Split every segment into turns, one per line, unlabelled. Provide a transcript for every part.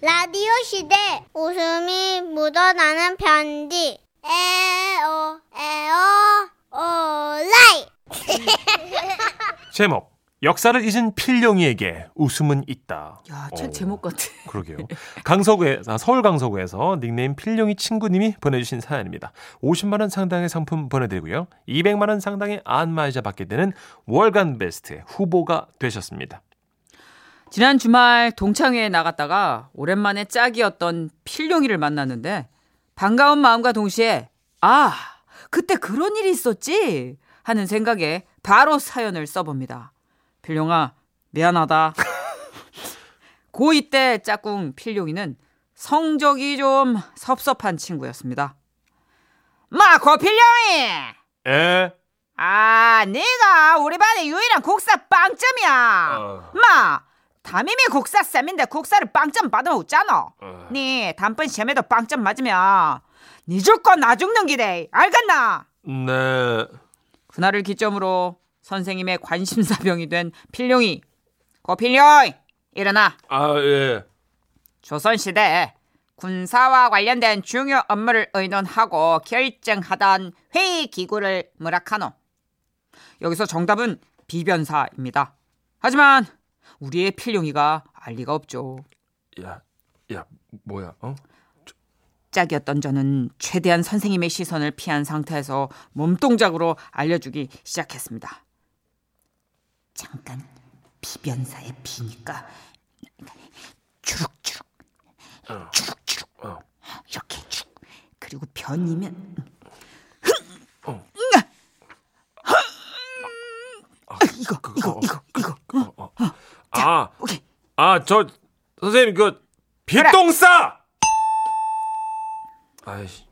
라디오 시대 웃음이 묻어나는 편지 에어 에어 오라이
제목 역사를 잊은 필령이에게 웃음은 있다.
야, 참
오,
제목 같아.
그러게요. 강서구에 아, 서울 강서구에서 닉네임 필령이 친구님이 보내주신 사연입니다. 50만 원 상당의 상품 보내드리고요. 200만 원 상당의 안마의자 받게 되는 월간 베스트 후보가 되셨습니다.
지난 주말 동창회에 나갔다가 오랜만에 짝이었던 필룡이를 만났는데 반가운 마음과 동시에 아, 그때 그런 일이 있었지 하는 생각에 바로 사연을 써봅니다. 필룡아, 미안하다. 고2 때 짝꿍 필룡이는 성적이 좀 섭섭한 친구였습니다. 마, 고 필룡이!
에?
아, 네가 우리 반의 유일한 국사 빵점이야.
어.
마, 담임이 국사 쌤인데 국사를 빵점 받으면 웃잖아.
어.
네, 단번 시험에도 빵점 맞으면 네 죽고 나 죽는 기대. 알겠나?
네.
그날을 기점으로 선생님의 관심사병이 된 필룡이. 고 필룡, 일어나.
아 예.
조선시대에 군사와 관련된 중요 업무를 의논하고 결정하던 회의 기구를 무락하노. 여기서 정답은 비변사입니다. 하지만 우리의 필룡이가 알 리가 없죠.
야, 야, 뭐야? 어?
짝이었던 저는 최대한 선생님의 시선을 피한 상태에서 몸동작으로 알려주기 시작했습니다. 잠깐 비변사의 비니까 주룩주룩
어.
주룩주룩
어.
이렇게 주룩 그리고 변이면
아,
이거
그거,
이거
어,
이거 이거
어, 어. 아,
오케이
아, 저 선생님 그 빗똥싸. 아이씨.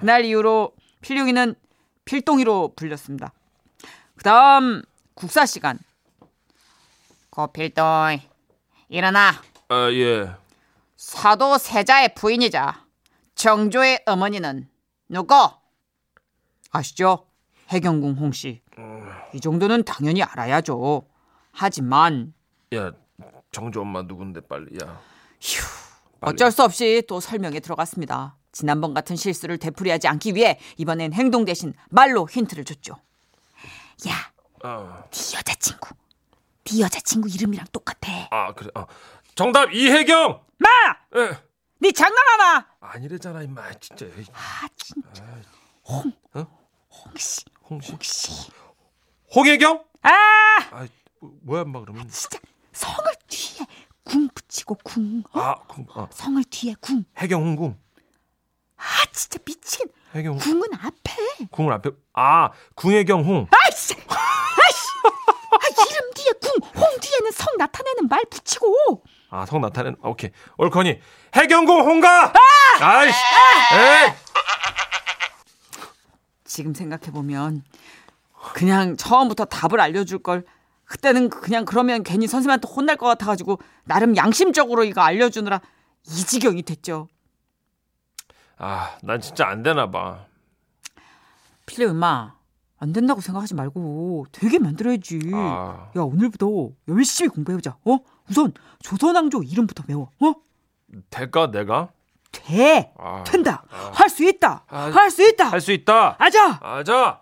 그날 이후로 필룡이는 필동이로 불렸습니다. 그다음 국사 시간 거필동 일어나
아, 예.
사도 세자의 부인이자 정조의 어머니는 누구? 아시죠? 해경궁 홍씨. 이 정도는 당연히 알아야죠. 하지만
야, 정조 엄마 누군데 빨리 야.
휴,
빨리.
어쩔 수 없이 또 설명에 들어갔습니다. 지난번 같은 실수를 되풀이하지 않기 위해 이번엔 행동 대신 말로 힌트를 줬죠. 야,
아,
네 여자친구. 네 여자친구 이름이랑 똑같아.
아 그래. 어. 정답 이혜경.
마!
예.
네 장난하나?
아니래잖아, 임마. 진짜. 에이,
아, 진짜.
어?
홍씨,
홍씨.
씨.
홍혜경?
아!
아, 뭐- 뭐야, 엄마 그러면.
진짜 성을 뒤에 궁 붙이고 궁 어?
아, 궁. 어.
성을 뒤에 궁.
해경 홍궁.
아 진짜 미친.
해경 홍-
궁은 앞에.
궁을 앞에. 아, 궁혜경 홍.
아이씨. 아이씨. 아, 이름 뒤에 궁, 홍 뒤에는 성 나타내는 말 붙이고.
아, 성 나타낸. 아, 오케이. 올커니. 해경궁 홍가. 아! 이씨 에이.
지금 생각해 보면 그냥 처음부터 답을 알려줄 걸. 그때는 그냥 그러면 괜히 선생님한테 혼날 것 같아가지고 나름 양심적으로 이거 알려주느라 이 지경이 됐죠.
아, 난 진짜 안 되나 봐.
필리 엄마 안 된다고 생각하지 말고 되게 만들어야지.
아,
야 오늘부터 열심히 공부해보자. 어? 우선 조선왕조 이름부터 외워. 어?
될까 내가?
돼.
아,
된다. 할 수 있다.
아,
할 수 있다.
할 수 있다.
아자.
아자.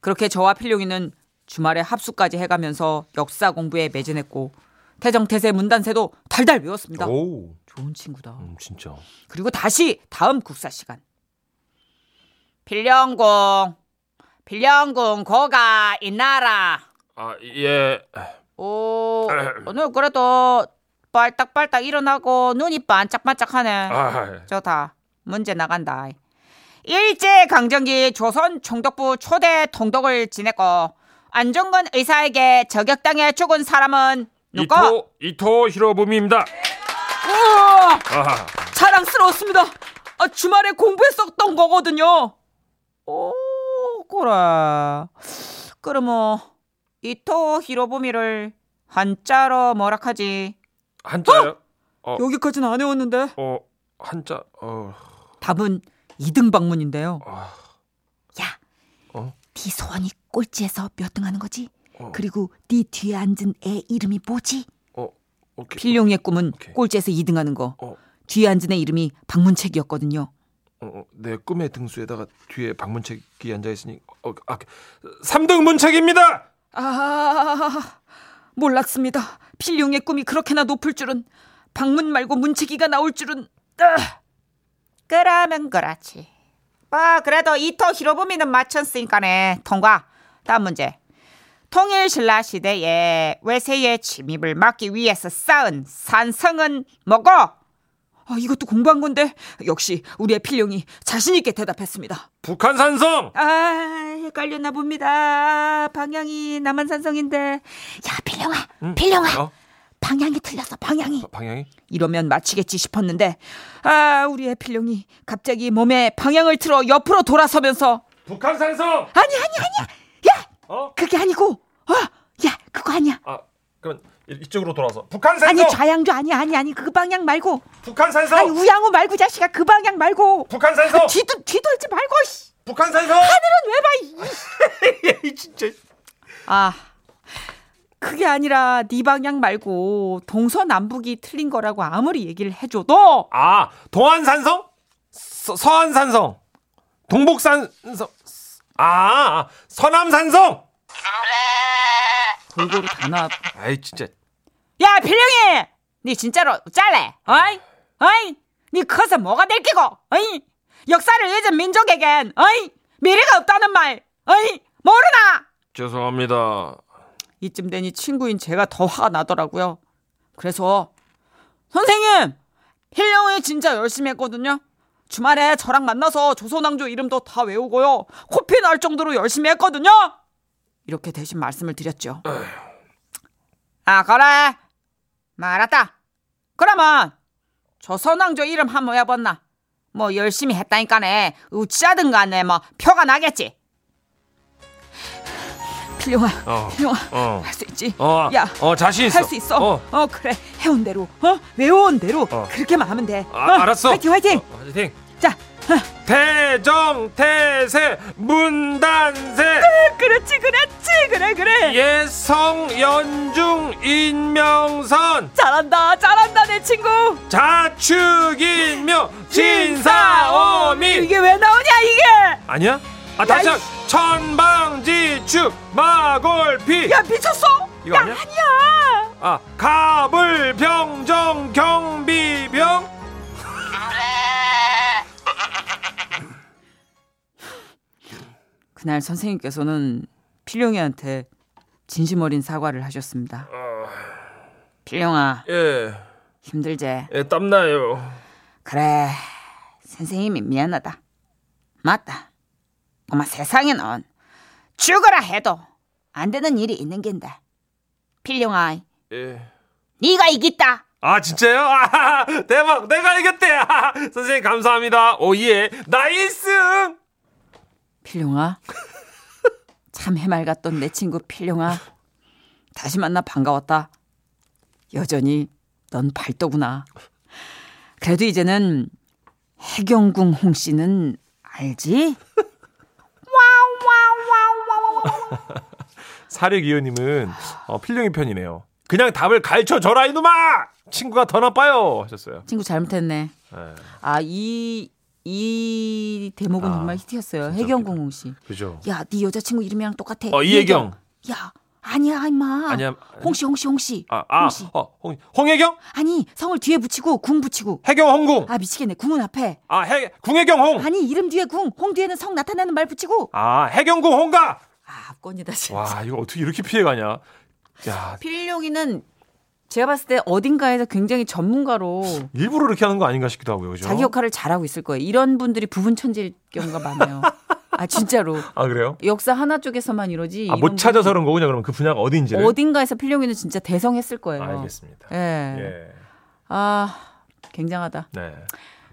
그렇게 저와 필룡이는 주말에 합수까지 해가면서 역사 공부에 매진했고 태정태세 문단세도 달달 외웠습니다.
오,
좋은 친구다.
음, 진짜.
그리고 다시 다음 국사 시간. 필령궁, 필령궁 고가 이 나라.
아, 예.
오, 오늘 그래도 빨딱빨딱 일어나고 눈이 반짝반짝하네.
아,
좋다. 문제 나간다. 일제 강점기 조선 총독부 초대 통독을 지냈고 안중근 의사에게 저격당해 죽은 사람은 누구?
이토 이토 히로부미입니다.
우와,
아,
자랑스러웠습니다. 아, 주말에 공부했었던 거거든요. 오, 그래. 그러면 이토 히로부미를 한자로 뭐라 하지?
한자요? 어.
여기까지는 안 해왔는데.
어, 한자. 어.
답은 2등 방문인데요.
아,
야,
어?
네 소원이 꼴찌에서 몇 등 하는 거지?
어.
그리고 네 뒤에 앉은 애 이름이 뭐지?
어, 오케이.
필룡이의 꿈은
오케이.
꼴찌에서 2등하는 거.
어.
뒤에 앉은 애 이름이 박문책이었거든요.
어, 어, 내 꿈의 등수에다가 뒤에 박문책이 앉아 있으니 어, 아, 3등 문책입니다.
아, 몰랐습니다. 필룡의 꿈이 그렇게나 높을 줄은 방문 말고 문책이가 나올 줄은. 아. 그러면 그렇지. 뭐 그래도 이토 히로부미는 맞췄으니까네 통과. 다음 문제. 통일 신라 시대에 외세의 침입을 막기 위해서 쌓은 산성은 뭐고? 아, 이것도 공부한 건데 역시 우리의 필룡이 자신 있게 대답했습니다.
북한 산성.
아, 헷갈렸나 봅니다. 방향이 남한산성인데. 야, 필령아,
음.
필령아.
어,
방향이 틀렸어, 방향이.
방향이?
이러면 마치겠지 싶었는데, 아, 우리의 필령이 갑자기 몸에 방향을 틀어 옆으로 돌아서면서,
북한 산성.
아니, 아니, 아니야. 야,
어?
그게 아니고, 어, 야, 그거 아니야.
아, 그러면 이- 이쪽으로 돌아서 북한
아니,
산성.
좌양조 아니야, 아니, 아니, 그 방향 말고.
북한 산성.
아니, 우양우 말고, 이 자식아, 그 방향 말고. 그
북한 산성.
뒤도, 뒤도 하지 말고, 씨.
북한 산성.
하늘은 왜 봐, 이.
이 진짜.
아, 그게 아니라 네 방향 말고 동서남북이 틀린 거라고 아무리 얘기를 해줘도
아, 동한 산성? 서, 서한 산성. 동북 산성. 아, 서남 산성.
골고루 다 나.
아이 진짜.
야, 필령이, 네 진짜로 잘래? 어이, 어이, 네 커서 뭐가 될 끼고? 어이, 역사를 잊은 민족에겐 어이 미래가 없다는 말, 어이 모르나?
죄송합니다. 어,
이쯤 되니 친구인 제가 더 화가 나더라고요. 그래서 선생님 힐링을 진짜 열심히 했거든요. 주말에 저랑 만나서 조선왕조 이름도 다 외우고요. 코피 날 정도로 열심히 했거든요. 이렇게 대신 말씀을 드렸죠. 아 그래 말았다. 그러면 조선왕조 이름 한번 외워봤나? 뭐 열심히 했다니까네. 우찌하든 간에 뭐 표가 나겠지. 필룡아,
어.
필룡아,
어.
할 수 있지.
어,
야,
어 자신 있어.
할 수 있어.
어,
어. 그래 해온 대로, 어 외워온 대로
어.
그렇게만 하면 돼.
아,
어,
알았어.
화이팅, 화이팅.
어, 화이팅.
자, 어.
대정 태세 문단세
그렇지, 그렇지, 그래, 그래.
예. 예성 연중 인명선
잘한다, 잘한다 내 친구.
자축인명 진사오미
이게 왜 나오냐 이게?
아니야? 아 다시
야,
한 천방지축 마골피
야 미쳤어?
이거
야,
아니야?
아니야.
아 가불병정 경비병
그날 선생님께서는 필룡이한테 진심 어린 사과를 하셨습니다.
어.
필룡아
예,
힘들제.
예 땀나요
그래 선생님이 미안하다 맞다 엄마 세상에는 죽어라 해도 안 되는 일이 있는 겐데 필룡아
예.
네가 이겼다
아 진짜요? 아, 대박 내가 이겼대 아, 선생님 감사합니다 오예 나이스
필룡아 참 해맑았던 내 친구 필룡아 다시 만나 반가웠다 여전히 넌 발도구나 그래도 이제는 해경궁 홍씨는 알지?
사륙이호님은 어, 필령이 편이네요 그냥 답을 가르쳐줘라 이놈아 친구가 더 나빠요 하셨어요
친구 잘못했네
예,
아, 이, 이 대목은
아,
정말 히트였어요.
진짜
해경공공 씨.
그죠
야, 네 여자친구 이름이랑 똑같아.
어, 이혜경.
야, 아니야,
아니야,
임마.
아니야.
홍씨, 홍씨, 홍씨.
아, 아
홍씨.
어, 홍, 홍혜경?
아니, 성을 뒤에 붙이고 궁 붙이고.
해경 홍궁
아, 미치겠네. 궁은 앞에.
아 해, 궁혜경 홍
아니, 이름 뒤에 궁, 홍 뒤에는 성 나타나는 말 붙이고.
아, 해경궁 홍가
아, 압권이다 진짜.
와 이거 어떻게 이렇게 피해가냐 야
필룡이는 제가 봤을 때 어딘가에서 굉장히 전문가로
일부러 이렇게 하는 거 아닌가 싶기도 하고요 그죠?
자기 역할을 잘하고 있을 거예요. 이런 분들이 부분 천재일 경우가 많아요. 아, 진짜로.
아 그래요?
역사 하나 쪽에서만 이러지.
아,
이런
못 찾아서 그런 거군요 그럼 그 분야가 어디인지를
어딘가에서 필룡이는 진짜 대성했을 거예요.
알겠습니다
예.
예.
아, 굉장하다.
네.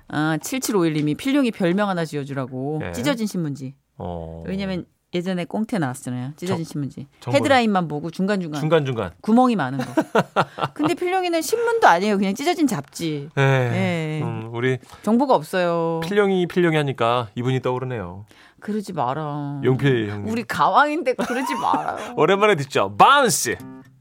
아, 7751님이 필룡이 별명 하나 지어주라고.
예.
찢어진 신문지.
어.
왜냐면 예전에 꽁태 나왔잖아요. 찢어진 신문지.
정보를-
헤드라인만 보고 중간중간
중간 중간.
구멍이 많은 거. 근데 필룡이는 신문도 아니에요. 그냥 찢어진 잡지.
예.
예.
음, 우리
정보가 없어요.
필령이 필령이 하니까 이분이 떠오르네요.
그러지 마라. 음.
용필 형님.
우리 가왕인데 그러지 말아요.
오랜만에 듣죠. 바운스.